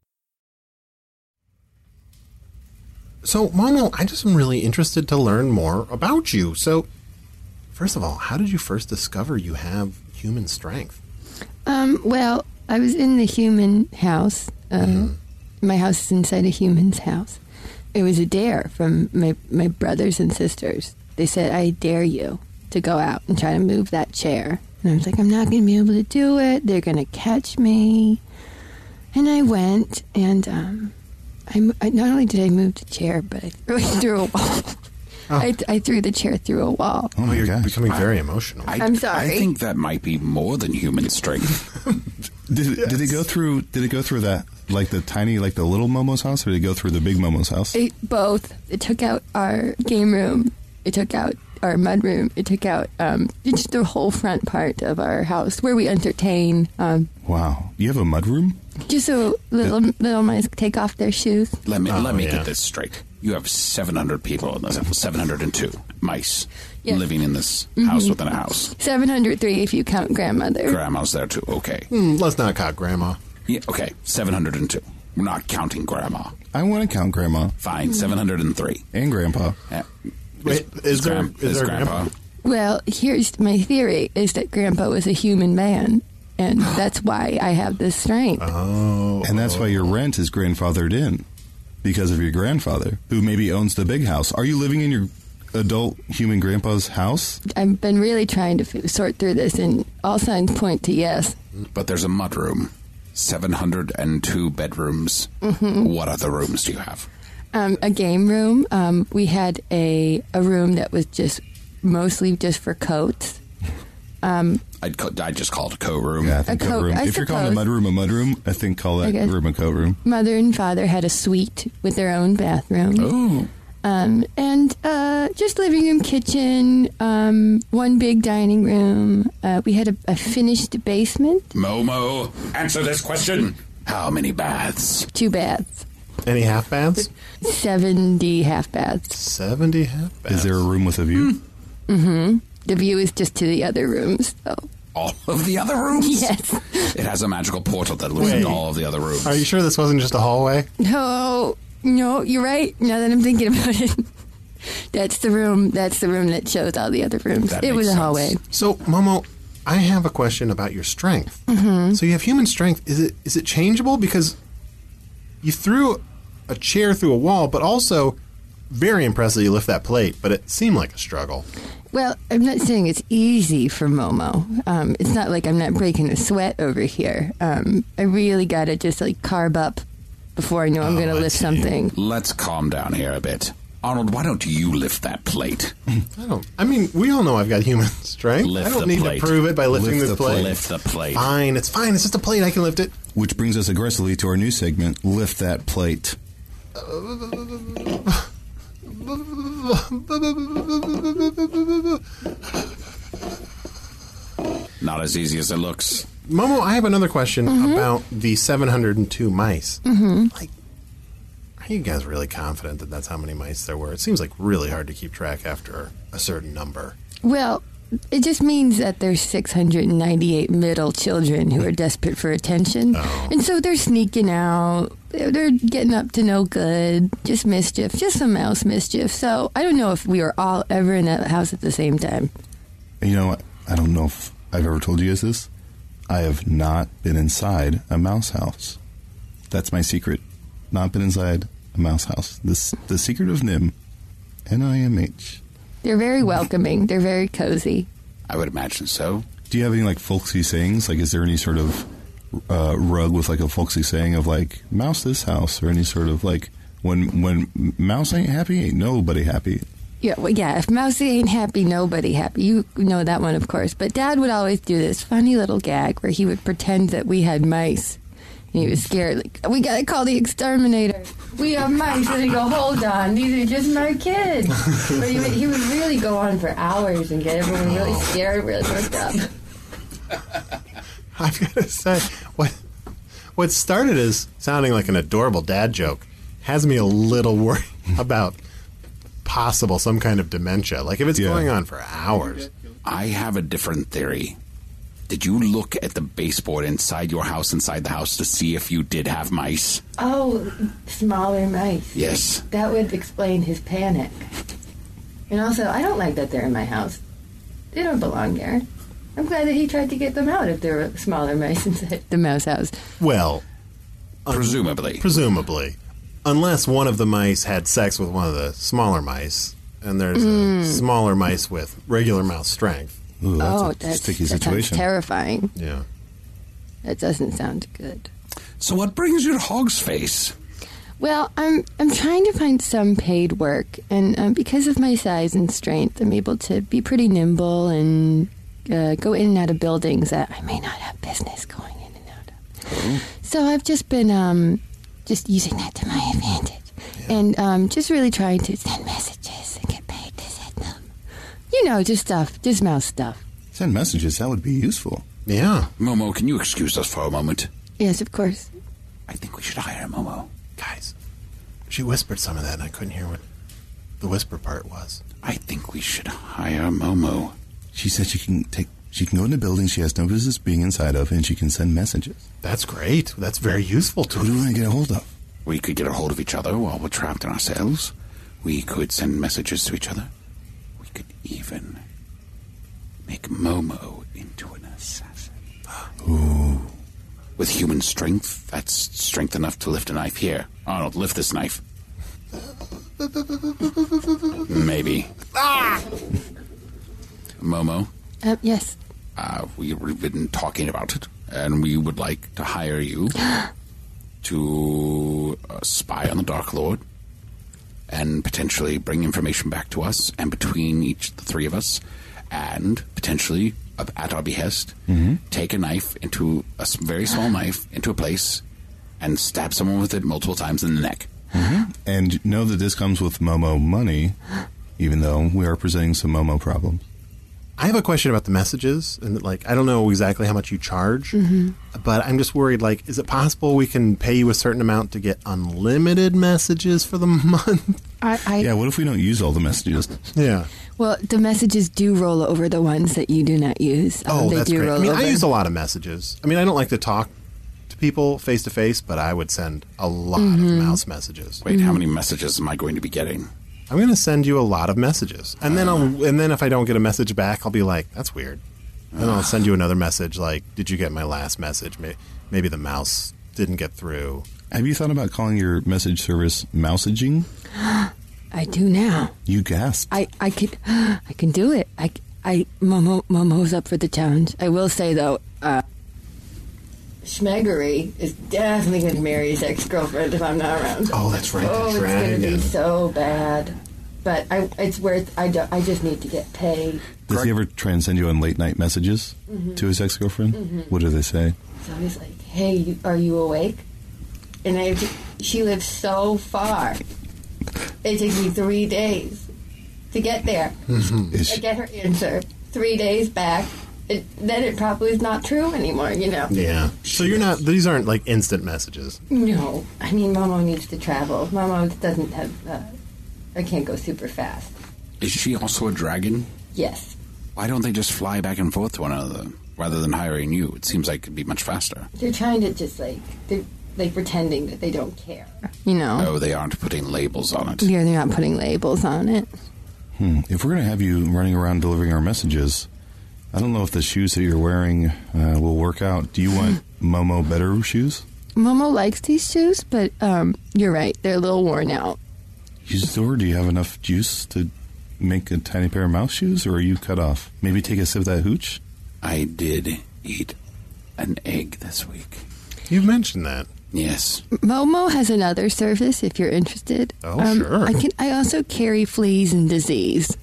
Speaker 3: So, Momo, I just am really interested to learn more about you. So, first of all, how did you first discover you have human strength?
Speaker 6: Um, well, I um, was in the human house. Uh, My house is inside a human's house. it was a dare from my my brothers and sisters. They said, "I dare you to go out and try to move that chair." And I was like, "I'm not going to be able to do it. They're going to catch me." And I went, and um, I, mo- I not only did I move the chair, but I threw it through a wall. I, I threw the chair through a wall.
Speaker 5: Oh my
Speaker 3: You're
Speaker 5: gosh.
Speaker 3: becoming very emotional.
Speaker 5: I,
Speaker 6: I'm
Speaker 5: I
Speaker 6: sorry.
Speaker 5: think that might be more than human strength.
Speaker 4: Did it, did it go through? Did it go through that like the tiny, like the little Momo's house, or did it go through the big Momo's house?
Speaker 6: It both. It took out our game room. It took out our mud room. It took out um, just the whole front part of our house where we entertain. Um,
Speaker 4: Wow, you have a mud room?
Speaker 6: just so little little mice take off their shoes.
Speaker 5: Let
Speaker 3: Oh,
Speaker 5: me let me get this straight. You have seven hundred people in this seven hundred and two mice
Speaker 6: Yes.
Speaker 5: living in this house
Speaker 6: Mhm.
Speaker 5: within a house.
Speaker 6: Seven hundred three, if you count grandmother.
Speaker 5: Grandma's there too. Okay.
Speaker 3: Hmm, let's not count grandma.
Speaker 5: Yeah, okay, seven hundred and two. We're not counting grandma.
Speaker 4: I want to count Grandma.
Speaker 6: Mm-hmm.
Speaker 5: Fine, seven hundred and three. Eh,
Speaker 4: And Grandpa.
Speaker 3: Wait, is there- is there grandpa?
Speaker 6: Well, here's my theory: is that Grandpa was a human man, and that's why I have this strength.
Speaker 4: Oh, and that's why your rent is grandfathered in because of your grandfather, who maybe owns the big house. Are you living in your adult human grandpa's house?
Speaker 6: I've been really trying to f- sort through this, and all signs point to yes.
Speaker 5: But there's a mud room, seven hundred and two bedrooms.
Speaker 6: Mhm.
Speaker 5: What other rooms do you have?
Speaker 6: Um, a game room. Um, we had a a room that was just mostly just for coats. Um,
Speaker 5: I'd co- I just call it a co room.
Speaker 4: Yeah, I
Speaker 6: A co-
Speaker 4: room.
Speaker 6: I
Speaker 4: if you're calling a mud
Speaker 6: suppose.
Speaker 4: room a mud room, I think call
Speaker 6: I
Speaker 4: that
Speaker 6: guess.
Speaker 4: room a coat room.
Speaker 6: mother and father had a suite with their own bathroom.
Speaker 5: Oh.
Speaker 6: Um, and uh, just living room, kitchen, um, one big dining room. Uh, we had a, a finished basement,
Speaker 5: Momo, answer this question. How many baths?
Speaker 6: two baths,
Speaker 3: Any half baths?
Speaker 6: seventy half baths.
Speaker 3: 70 half baths.
Speaker 4: Is there a room with a view?
Speaker 6: hmm The view is just to the other rooms, though.
Speaker 5: All of the other rooms?
Speaker 6: Yes.
Speaker 5: It has a magical portal that looks
Speaker 3: Wait.
Speaker 5: into all of the other rooms.
Speaker 3: Are you sure this wasn't just a hallway?
Speaker 6: No, no, you're right. Now that I'm thinking about it, that's the room. That's the room that shows all the other rooms. it was a hallway.
Speaker 3: So, Momo, I have a question about your strength.
Speaker 6: Mhm.
Speaker 3: So you have human strength. Is it is it changeable? Because you threw a chair through a wall, but also very impressive you lift that plate, but it seemed like a struggle.
Speaker 6: Well, I'm not saying it's easy for Momo. Um, it's not like I'm not breaking a sweat over here. Um, I really gotta just like carb up before I know I'm gonna lift something.
Speaker 5: Let's calm down here a bit. Arnold, why don't you lift that plate?
Speaker 3: I don't. I mean, we all know I've got human strength.
Speaker 5: Lift
Speaker 3: I don't
Speaker 5: the
Speaker 3: need
Speaker 5: plate.
Speaker 3: to prove it by lifting
Speaker 4: Lift
Speaker 3: this
Speaker 4: the
Speaker 3: plate.
Speaker 4: plate.
Speaker 5: Lift the plate.
Speaker 3: Fine, it's fine. It's just a plate. I can lift it.
Speaker 4: Which brings us aggressively to our new segment, Lift That Plate.
Speaker 5: Not as easy as it looks.
Speaker 3: Momo, I have another question about the 702 mice.
Speaker 6: Mm-hmm.
Speaker 3: Are you guys really confident that that's how many mice there were? It seems like really hard to keep track after a certain number.
Speaker 6: Well, it just means that there's 698 middle children who are desperate for attention.
Speaker 3: Oh,
Speaker 6: And so they're sneaking out. They're they're getting up to no good, just mischief, just some mouse mischief. So I don't know if we were all ever in that house at the same time.
Speaker 4: You know, I don't know if I've ever told you guys this. I have not been inside a mouse house. That's my secret. Not been inside a mouse house. This the secret of Nim, N I M H.
Speaker 6: They're very welcoming, they're very cozy.
Speaker 5: I would imagine so.
Speaker 4: Do you have any like folksy sayings? Like, is there any sort of uh, rug with like a folksy saying of like mouse this house or any sort of like when when mouse ain't happy ain't nobody happy.
Speaker 6: Yeah, well, yeah. If Mousy ain't happy, nobody happy. You know that one, of course. But Dad would always do this funny little gag where he would pretend that we had mice, and he was scared. Like we gotta call the exterminator. We have mice, and he'd go, "Hold on, these are just my kids." but he would, he would really go on for hours and get everyone really scared, really worked up.
Speaker 3: I've got to say, what what started as sounding like an adorable dad joke has me a little worried about possible some kind of dementia. Like if it's going on for hours.
Speaker 5: I have a different theory. Did you look at the baseboard inside your house, inside the house, to see if you did have mice?
Speaker 6: Oh, smaller mice.
Speaker 5: Yes.
Speaker 6: That would explain his panic. And also, I don't like that they're in my house. They don't belong there. I'm glad that he tried to get them out if there were smaller mice inside the mouse house.
Speaker 3: Well,
Speaker 5: presumably.
Speaker 3: Presumably. unless one of the mice had sex with one of the smaller mice, and there's
Speaker 6: Mm.
Speaker 3: a smaller mice with regular mouse strength.
Speaker 4: Ooh,
Speaker 6: that's a Oh, that's- sticky that sounds situation. terrifying.
Speaker 3: Yeah.
Speaker 6: That doesn't sound good.
Speaker 5: So what brings you to Hog's Face?
Speaker 6: Well, I'm I'm trying to find some paid work, and um, because of my size and strength, I'm able to be pretty nimble and uh, go in and out of buildings that I may not have business going in and out of. So I've just been um, just using that to my advantage, and um, just really trying to send messages and get paid to send them. You know, just stuff, just mouse stuff.
Speaker 4: Send messages. That would be useful.
Speaker 3: Yeah.
Speaker 5: Momo, can you excuse us for a moment?
Speaker 6: Yes, of course.
Speaker 5: I think we should hire Momo.
Speaker 3: Guys, she whispered some of that, and I couldn't hear what the whisper part was.
Speaker 5: I think we should hire Momo.
Speaker 4: She said she can take. She can go into buildings she has no business being inside of, and she can send messages.
Speaker 3: That's great. That's very useful to Who
Speaker 4: do we want to get a hold of?
Speaker 5: We could get a hold of each other while we're trapped in our cells. We could send messages to each other. We could even make Momo into an assassin.
Speaker 4: Ooh.
Speaker 5: With human strength, that's strength enough to lift a knife. Here, Arnold, lift this knife. Maybe.
Speaker 6: Ah!
Speaker 5: Momo,
Speaker 6: Uh, yes.
Speaker 5: uh, we- we've been talking about it, and we would like to hire you to uh, spy on the Dark Lord and potentially bring information back to us, and between each the three of us, and potentially uh, at our behest, take a knife into a s- very small knife into a place and stab someone with it multiple times in the neck.
Speaker 4: And know that this comes with Momo money, even though we are presenting some Momo problems.
Speaker 3: I have a question about the messages, and like I don't know exactly how much you charge,
Speaker 6: Mm-hmm.
Speaker 3: but I'm just worried. Like, is it possible we can pay you a certain amount to get unlimited messages for the month?
Speaker 6: I, I
Speaker 4: Yeah, what if we don't use all the messages?
Speaker 3: Yeah.
Speaker 6: well, the messages do roll over the ones that you do not use. Um,
Speaker 3: Oh,
Speaker 6: they
Speaker 3: that's
Speaker 6: do
Speaker 3: great. I
Speaker 6: roll
Speaker 3: mean, I
Speaker 6: over.
Speaker 3: use a lot of messages. I mean, I don't like to talk to people face to face, but I would send a lot
Speaker 6: Mhm.
Speaker 3: of mouse messages.
Speaker 5: Wait, how many messages am I going to be getting?
Speaker 3: I'm going to send you a lot of messages, and then I'll and then if I don't get a message back, I'll be like, "That's weird." Then I'll send you another message like, "Did you get my last message? May- Maybe the mouse didn't get through."
Speaker 4: Have you thought about calling your message service mousaging?
Speaker 6: I do now.
Speaker 4: You gasped.
Speaker 6: I I could I can do it. I I Momo Momo's up for the challenge. I will say though, uh, Schmeggery is definitely going to marry his ex girlfriend if I'm not around.
Speaker 3: Oh, that's right,
Speaker 6: Oh,
Speaker 3: that's
Speaker 6: it's
Speaker 3: right,
Speaker 6: going to
Speaker 3: yeah.
Speaker 6: be so bad. But I, it's worth. I do, I just need to get paid.
Speaker 4: Does he ever try and send you on late night messages
Speaker 6: Mhm.
Speaker 4: to his ex girlfriend?
Speaker 6: Mhm.
Speaker 4: What do they say?
Speaker 6: So he's like, "Hey, you, are you awake?" And I, she lives so far. It takes me three days to get there. I get her answer three days back. It, then it probably is not true anymore, you know.
Speaker 3: Yeah. So you're not. These aren't like instant messages.
Speaker 6: No, I mean, Momo needs to travel. Momo doesn't have. Uh, I can't go super fast.
Speaker 5: Is she also a dragon?
Speaker 6: Yes,
Speaker 5: Why don't they just fly back and forth to one another rather than hiring you? It seems like it'd be much faster.
Speaker 6: they're trying to just like they're like pretending that they don't care. You know.
Speaker 5: Oh, they aren't putting labels on it.
Speaker 6: Yeah, they're not putting labels on it.
Speaker 4: Hmm. If we're going to have you running around delivering our messages, I don't know if the shoes that you're wearing uh, will work out. Do you want Momo better shoes?
Speaker 6: Momo likes these shoes, but um, you're right. They're a little worn out.
Speaker 4: Use or do you have enough juice to make a tiny pair of mouse shoes, or are you cut off? Maybe take a sip of that hooch.
Speaker 5: I did eat an egg this week.
Speaker 3: You've mentioned that.
Speaker 5: Yes.
Speaker 6: Momo has another service if you're interested. Um,
Speaker 5: Oh, sure.
Speaker 6: I can. I also carry fleas and disease.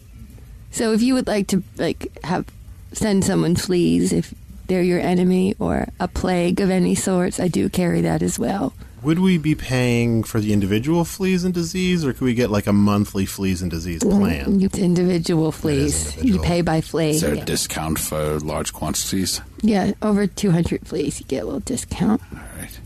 Speaker 6: So if you would like to like have send someone fleas if they're your enemy or a plague of any sorts, I do carry that as well.
Speaker 3: Would we be paying for the individual fleas and disease, or could we get like a monthly fleas and disease plan?
Speaker 6: You- individual fleas.
Speaker 3: individual.
Speaker 6: You pay by flea.
Speaker 5: Is there a
Speaker 6: yeah.
Speaker 5: discount for large quantities?
Speaker 6: Yeah, over 200 fleas, you get a little discount.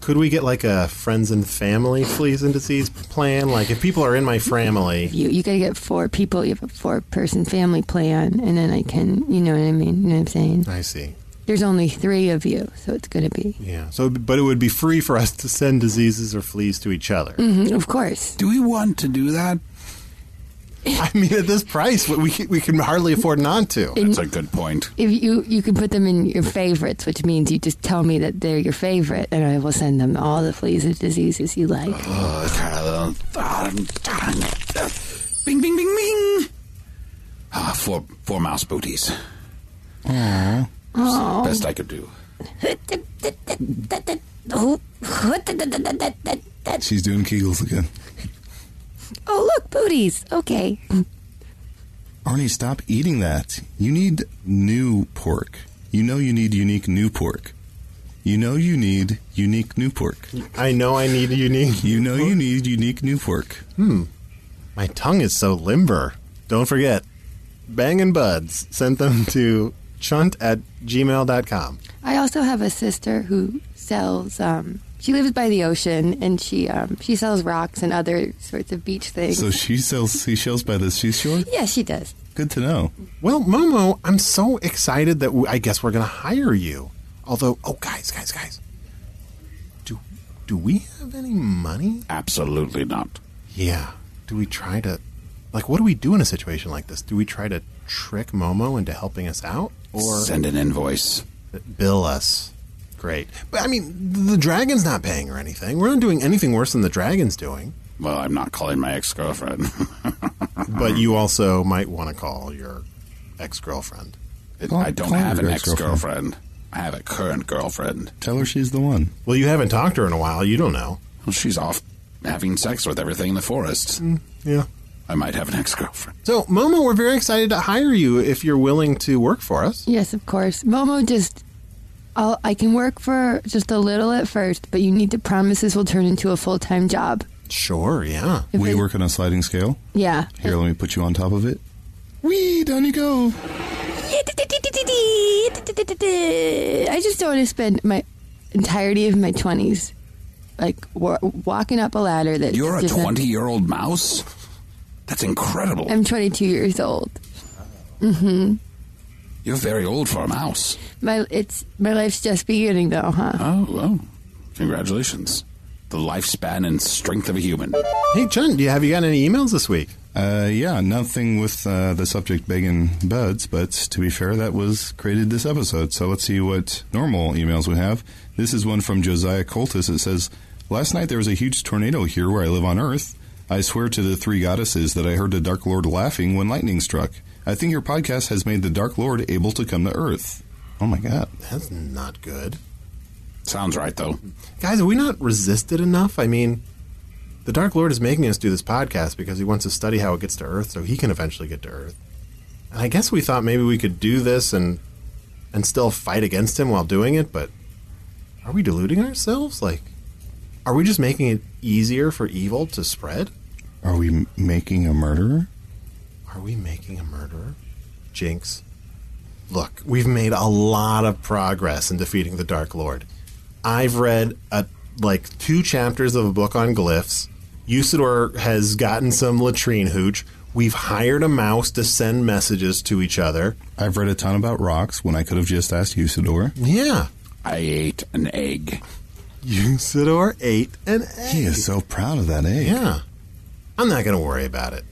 Speaker 3: Could we get like a friends and family fleas and disease plan? Like if people are in my family,
Speaker 6: You you gotta get four people. You have a four person family plan, and then I can, you know what I mean? You know what I'm saying?
Speaker 3: I see.
Speaker 6: There's only three of you, so it's gonna be.
Speaker 3: Yeah. So, but it would be free for us to send diseases or fleas to each other.
Speaker 6: hmm of Mm, course.
Speaker 5: Do we want to do that?
Speaker 3: I mean, at this price, we we, we can hardly afford not to.
Speaker 6: That's
Speaker 5: a good point.
Speaker 6: If you you can put them in your favorites, which means you just tell me that they're your favorite, and I will send them all the fleas and diseases you like.
Speaker 5: Oh, bing, bing, bing, bing. Ah, four, four mouse booties.
Speaker 4: Aww.
Speaker 6: Oh.
Speaker 5: Best I could do.
Speaker 4: She's doing Kegels again.
Speaker 6: Oh, look, booties. Okay.
Speaker 4: Arnie, stop eating that. You need new pork. You know you need unique new pork. You know you need unique new pork.
Speaker 3: I know I need unique.
Speaker 4: You know you need unique new pork.
Speaker 3: Hmm. My tongue is so limber. Don't forget, Bang and Buds sent them to chunt at gmail.com.
Speaker 6: I also have a sister who sells. Um, she lives by the ocean, and she um, she sells rocks and other sorts of beach things.
Speaker 4: So she sells seashells by the seashore?
Speaker 6: yeah, she does.
Speaker 4: Good to know.
Speaker 3: Well, Momo, I'm so excited that we, I guess we're going to hire you. Although, oh, guys, guys, guys. Do, do we have any money?
Speaker 5: Absolutely not.
Speaker 3: Yeah. Do we try to. Like, what do we do in a situation like this? Do we try to trick Momo into helping us out? Or.
Speaker 5: Send an invoice.
Speaker 3: Bill us. Great. But I mean, the dragon's not paying or anything. We're not doing anything worse than the dragon's doing.
Speaker 5: Well, I'm not calling my ex girlfriend.
Speaker 3: But you also might want to call your ex girlfriend.
Speaker 5: I don't have an ex girlfriend. I have a current girlfriend.
Speaker 4: Tell her she's the one.
Speaker 3: Well, you haven't talked to her in a while. You don't know.
Speaker 5: Well, she's off having sex with everything in the forest.
Speaker 3: Mm, Yeah.
Speaker 5: I might have an ex girlfriend.
Speaker 3: So, Momo, we're very excited to hire you if you're willing to work for us.
Speaker 6: Yes, of course. Momo just. I'll, I can work for just a little at first, but you need to promise this will turn into a full time job.
Speaker 3: Sure, yeah.
Speaker 6: If
Speaker 4: we
Speaker 6: it-
Speaker 4: work on a sliding scale.
Speaker 6: Yeah.
Speaker 4: Here, let me put you on top of it. Wee, down you go.
Speaker 6: I just don't want to spend my entirety of my 20s like wa- walking up a ladder that
Speaker 5: You're a
Speaker 6: just not-
Speaker 5: 20 year old mouse? That's incredible.
Speaker 6: I'm 22 years old. hmm
Speaker 5: You're very old for a mouse.
Speaker 6: My it's my life's just beginning though, huh?
Speaker 5: Oh, well, congratulations. The lifespan and strength of a human.
Speaker 3: Hey, Chun, do you, have you got any emails this week?
Speaker 4: Uh, yeah, nothing with uh, the subject begging buds, but to be fair, that was created this episode. So let's see what normal emails we have. This is one from Josiah Coltis. It says, Last night there was a huge tornado here where I live on Earth. I swear to the three goddesses that I heard the Dark Lord laughing when lightning struck. I think your podcast has made the Dark Lord able to come to Earth. Oh my god.
Speaker 3: That's not good.
Speaker 5: Sounds right, though.
Speaker 3: Guys, have we not resisted enough? I mean, the Dark Lord is making us do this podcast because he wants to study how it gets to Earth so he can eventually get to Earth. And I guess we thought maybe we could do this and and still fight against him while doing it, but are we deluding ourselves? Like are we just making it easier for evil to spread?
Speaker 4: Are we m- making a murderer?
Speaker 3: Are we making a murderer? Jinx. Look, we've made a lot of progress in defeating the Dark Lord. I've read a, like two chapters of a book on glyphs. Usador has gotten some latrine hooch. We've hired a mouse to send messages to each other.
Speaker 4: I've read a ton about rocks when I could have just asked Usador.
Speaker 3: Yeah.
Speaker 5: I ate an egg.
Speaker 3: Usador ate an egg.
Speaker 4: He is so proud of that egg.
Speaker 3: Yeah. I'm not going to worry about it.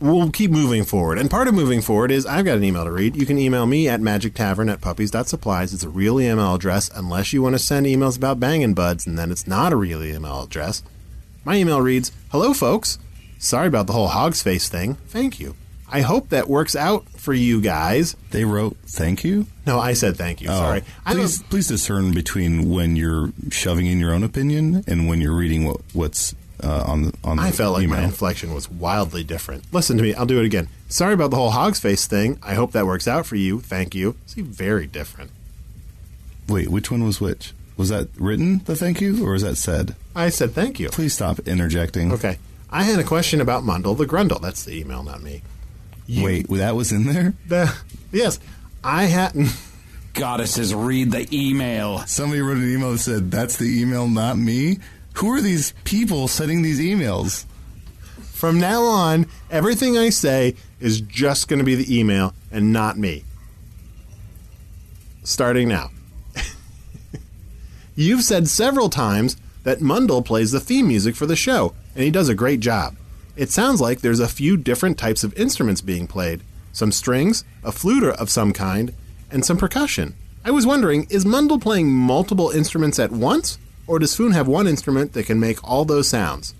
Speaker 3: We'll keep moving forward. And part of moving forward is I've got an email to read. You can email me at magictavern at puppies.supplies. It's a real email address, unless you want to send emails about banging buds, and then it's not a real email address. My email reads Hello, folks. Sorry about the whole hog's face thing. Thank you. I hope that works out for you guys.
Speaker 4: They wrote thank you?
Speaker 3: No, I said thank you. Sorry. I'm a-
Speaker 4: Oh. Please, please discern between when you're shoving in your own opinion and when you're reading what what's uh, on the on the
Speaker 3: I felt like
Speaker 4: email.
Speaker 3: my inflection was wildly different. Listen to me. I'll do it again. Sorry about the whole hog's face thing. I hope that works out for you. Thank you. See, very different.
Speaker 4: Wait, which one was which? Was that written the thank you or was that said?
Speaker 3: I said thank you.
Speaker 4: Please stop interjecting.
Speaker 3: Okay. I had a question about Mundle the Grundle. That's the email, not me.
Speaker 4: Wait, that was in there?
Speaker 3: The, yes, I hadn't.
Speaker 5: Goddesses, read the email.
Speaker 4: Somebody wrote an email that Oh, said that's the email, not me. Who are these people sending these emails?
Speaker 3: From now on, everything I say is just going to be the email and not me. Starting now. You've said several times that Mundell plays the theme music for the show, and he does a great job. it sounds like there's a few different types of instruments being played some strings, a flute of some kind, and some percussion. I was wondering, is Mundell playing multiple instruments at once, or does Foon have one instrument that can make all those sounds?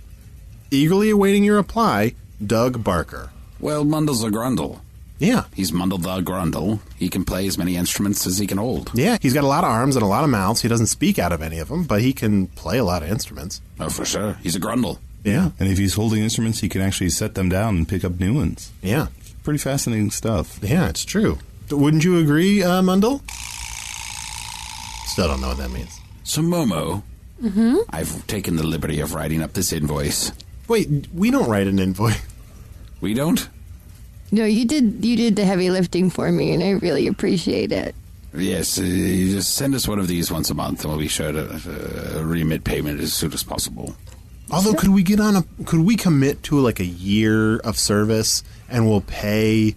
Speaker 3: Eagerly awaiting your reply, Doug Barker.
Speaker 5: Well, Mundell's a grundle.
Speaker 3: Yeah.
Speaker 5: He's Mundell the Grundle. He can play as many instruments as he can hold.
Speaker 3: Yeah, he's got a lot of arms and a lot of mouths. He doesn't speak out of any of them, but he can play a lot of instruments.
Speaker 5: Oh, for sure. He's a grundle.
Speaker 3: Yeah.
Speaker 4: And if he's holding instruments, he can actually set them down and pick up new ones.
Speaker 3: Yeah.
Speaker 4: Pretty fascinating stuff.
Speaker 3: Yeah, it's true. Wouldn't you agree, uh, Mundell? Still don't know what that means.
Speaker 5: So, Momo,
Speaker 6: Mm-hmm.
Speaker 5: I've taken the liberty of writing up this invoice.
Speaker 3: Wait, we don't write an invoice.
Speaker 5: We don't?
Speaker 6: No, you did. You did the heavy lifting for me, and I really appreciate it.
Speaker 5: Yes, uh, you just send us one of these once a month, and we'll be sure to uh, remit payment as soon as possible.
Speaker 3: Although, could we get on a? Could we commit to like a year of service, and we'll pay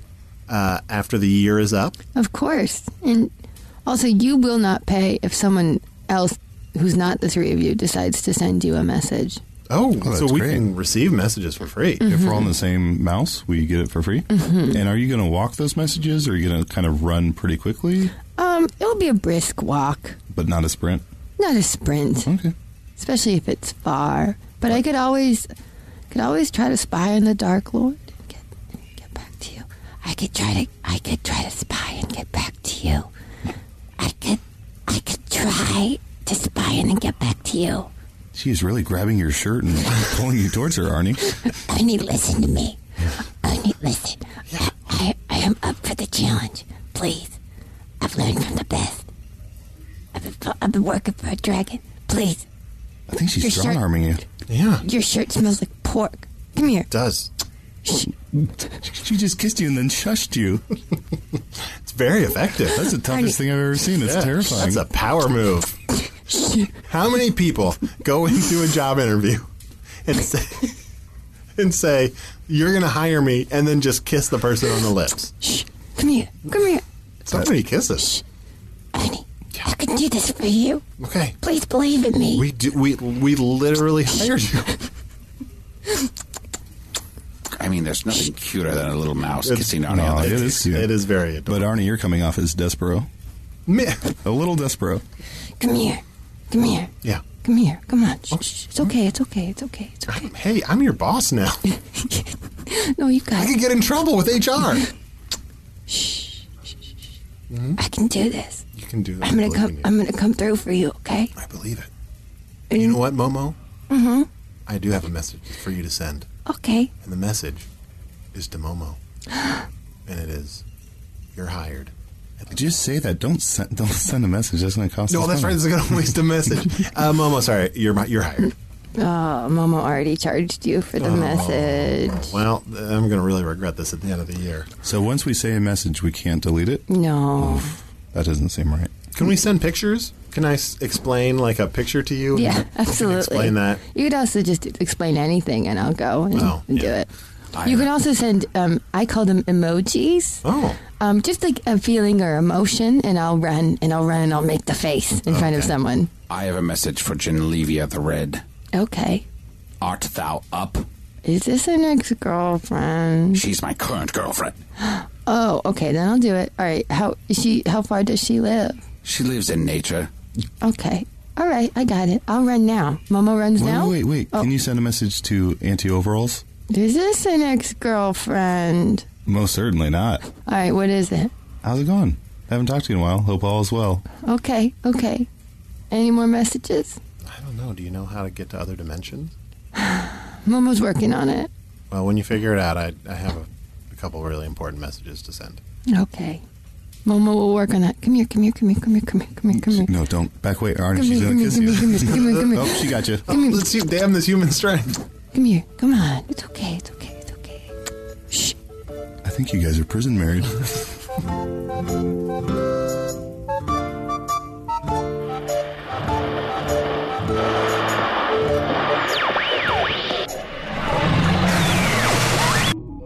Speaker 3: uh, after the year is up?
Speaker 6: Of course, and also you will not pay if someone else who's not the three of you decides to send you a message.
Speaker 3: Oh,
Speaker 4: that's
Speaker 3: so we
Speaker 4: great. Mm-hmm.
Speaker 3: can receive messages for free.
Speaker 4: If we're all in the same mouse, we get it for free.
Speaker 6: Mhm.
Speaker 4: And are you going to walk those messages, or are you going to kind of run pretty quickly,
Speaker 6: Um, it'll be a brisk walk,
Speaker 4: but not a sprint?
Speaker 6: not a sprint.
Speaker 4: Okay.
Speaker 6: Especially if it's far. But I could always, could always try to spy in the dark, Lord. and Get, get back to you. I could try to, I could try to spy and get back to you. I could, I could try to spy and then get back to you.
Speaker 4: She's really grabbing your shirt and pulling you towards her, Arnie.
Speaker 6: Ernie, listen to me. Ernie, listen. I, I am up for the challenge. Please. I've learned from the best. I've been, I've been working for a dragon. Please.
Speaker 4: I think
Speaker 6: Your
Speaker 4: she's
Speaker 6: shirt-
Speaker 4: strong arming you.
Speaker 3: Yeah.
Speaker 6: Your shirt smells like pork. Come here.
Speaker 3: does.
Speaker 4: She just kissed you and then shushed you.
Speaker 3: It's very effective.
Speaker 4: That's the toughest thing I've ever seen. It's
Speaker 3: Yeah,
Speaker 4: terrifying.
Speaker 3: That's a power move. How many people go into a job interview and say, and say you're going to hire me, and then just kiss the person on the lips?
Speaker 6: Come here. Come here.
Speaker 3: So many kisses.
Speaker 6: I can do this for you.
Speaker 3: Okay.
Speaker 6: Please believe in me.
Speaker 3: We do, we we literally hired you.
Speaker 5: I mean, there's nothing cuter than a little mouse kissing Arnie
Speaker 4: No,
Speaker 5: on
Speaker 4: it
Speaker 5: the
Speaker 4: is you.
Speaker 3: It is very
Speaker 4: But Arnie, you're coming off as Despero. A little Despero.
Speaker 6: Come here. Come here.
Speaker 3: Yeah.
Speaker 6: Come here. Come on. Shh, shh. It's okay. It's okay. It's okay. It's okay.
Speaker 3: Hey, I'm your boss now.
Speaker 6: No, you got
Speaker 3: I
Speaker 6: it.
Speaker 3: could get in trouble with HR.
Speaker 6: I can do this.
Speaker 3: Mm-hmm. You can do that.
Speaker 6: I'm gonna
Speaker 3: Believe
Speaker 6: come.
Speaker 3: in you.
Speaker 6: I'm gonna come through for you. Okay.
Speaker 3: I believe it. You know what, Momo?
Speaker 6: Mm-hmm.
Speaker 3: I do have a message for you to send.
Speaker 6: Okay.
Speaker 3: And the message is to Momo. and it is, you're hired.
Speaker 4: Just say that. Don't send, don't send a message. That's going to cost
Speaker 3: No,
Speaker 4: us
Speaker 3: Oh, that's right.
Speaker 4: money.
Speaker 3: This is going to waste a message. Uh, Momo, sorry. You're, my- you're hired.
Speaker 6: Oh, Momo already charged you for the
Speaker 3: Oh.
Speaker 6: message.
Speaker 3: Well, th- I'm going to really regret this at the end of the year.
Speaker 4: So once we say a message, we can't delete it.
Speaker 6: No.
Speaker 4: That doesn't seem right.
Speaker 3: Can we send pictures? Can I s- explain like a picture to you?
Speaker 6: Yeah,
Speaker 3: You can
Speaker 6: absolutely.
Speaker 3: Explain that.
Speaker 6: You could also just explain anything, and I'll go and,
Speaker 3: Oh,
Speaker 6: and do it. you can also send. Um, I call them emojis.
Speaker 3: Oh.
Speaker 6: Um, just like a feeling or emotion, and I'll run and I'll run and I'll make the face in front of
Speaker 5: Okay.
Speaker 6: someone.
Speaker 5: I have a message for Genlevia the Red.
Speaker 6: Okay.
Speaker 5: Art thou up?
Speaker 6: Is this an ex-girlfriend?
Speaker 5: She's my current girlfriend.
Speaker 6: Oh, okay. Then I'll do it. All right. How is she? How far does she live?
Speaker 5: She lives in nature.
Speaker 6: Okay. All right. I got it. I'll run now. Momo runs
Speaker 4: Wait,
Speaker 6: now.
Speaker 4: wait, wait. wait. Can you send a message to Auntie Overalls?
Speaker 6: Is this an ex-girlfriend?
Speaker 4: Most certainly not.
Speaker 6: All right. What is it?
Speaker 4: How's it going? Haven't talked to you in a while. Hope all is well.
Speaker 6: Okay, okay. Any more messages?
Speaker 3: I don't know. Do you know how to get to other dimensions?
Speaker 6: Momo's working on it.
Speaker 3: Well, when you figure it out, I, I have a, a couple really important messages to send.
Speaker 6: Okay. Momo will work on it. Come here, come here, come here, come here, come here, come here, come here.
Speaker 4: No, don't. Back away, Arnie.
Speaker 6: Come
Speaker 4: She's
Speaker 6: here,
Speaker 4: going to kiss
Speaker 6: come
Speaker 4: you.
Speaker 6: here, come here, come here, come here, come here.
Speaker 4: oh, she got you.
Speaker 6: Come here,
Speaker 3: Let's see. Damn this human strength.
Speaker 6: come here. Come on. It's okay, it's okay, it's okay. Shh.
Speaker 4: I think you guys are prison married.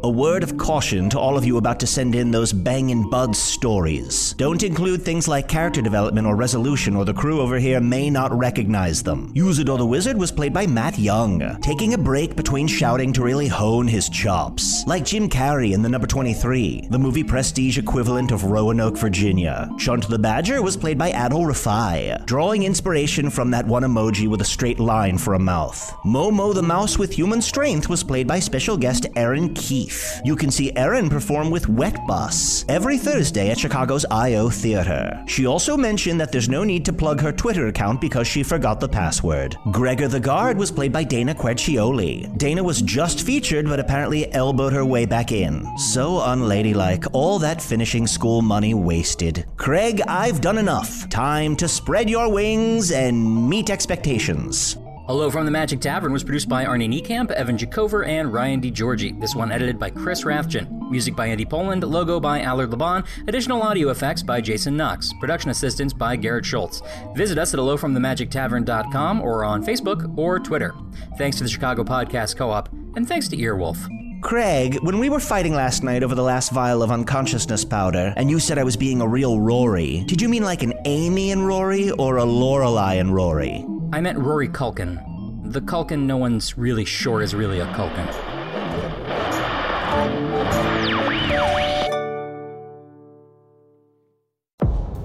Speaker 2: A word of caution to all of you about to send in those bangin' bud stories. Don't include things like character development or resolution, or the crew over here may not recognize them. Usador the Wizard was played by Matt Young, taking a break between shouting to really hone his chops. Like Jim Carrey in the number 23, the movie prestige equivalent of Roanoke, Virginia. Shunt the Badger was played by Adol Rafai, drawing inspiration from that one emoji with a straight line for a mouth. Momo the Mouse with Human Strength was played by special guest Aaron Keefe. You can see Aaron perform with Wet Bus every Thursday at Chicago's I.O. Theater. She also mentioned that there's no need to plug her Twitter account because she forgot the password. Gregor the Guard was played by Dana Quercioli. Dana was just featured but apparently elbowed her way back in. So unladylike, all that finishing school money wasted. Craig, I've done enough. Time to spread your wings and meet expectations.
Speaker 10: Hello from the Magic Tavern was produced by Arnie Niekamp, Evan Jacover, and Ryan DiGiorgi. This one edited by Chris Rathjen. Music by Andy Poland, logo by Allard Laban, additional audio effects by Jason Knox, production assistance by Garrett Schultz. Visit us at hellofromthemagictavern.com or on Facebook or Twitter. Thanks to the Chicago Podcast Co-op, and thanks to Earwolf.
Speaker 2: Craig, when we were fighting last night over the last vial of unconsciousness powder, and you said I was being a real Rory, did you mean like an Amy and Rory or a Lorelei and Rory?
Speaker 10: I meant Rory Culkin. The Culkin no one's really sure is really a Culkin.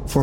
Speaker 11: For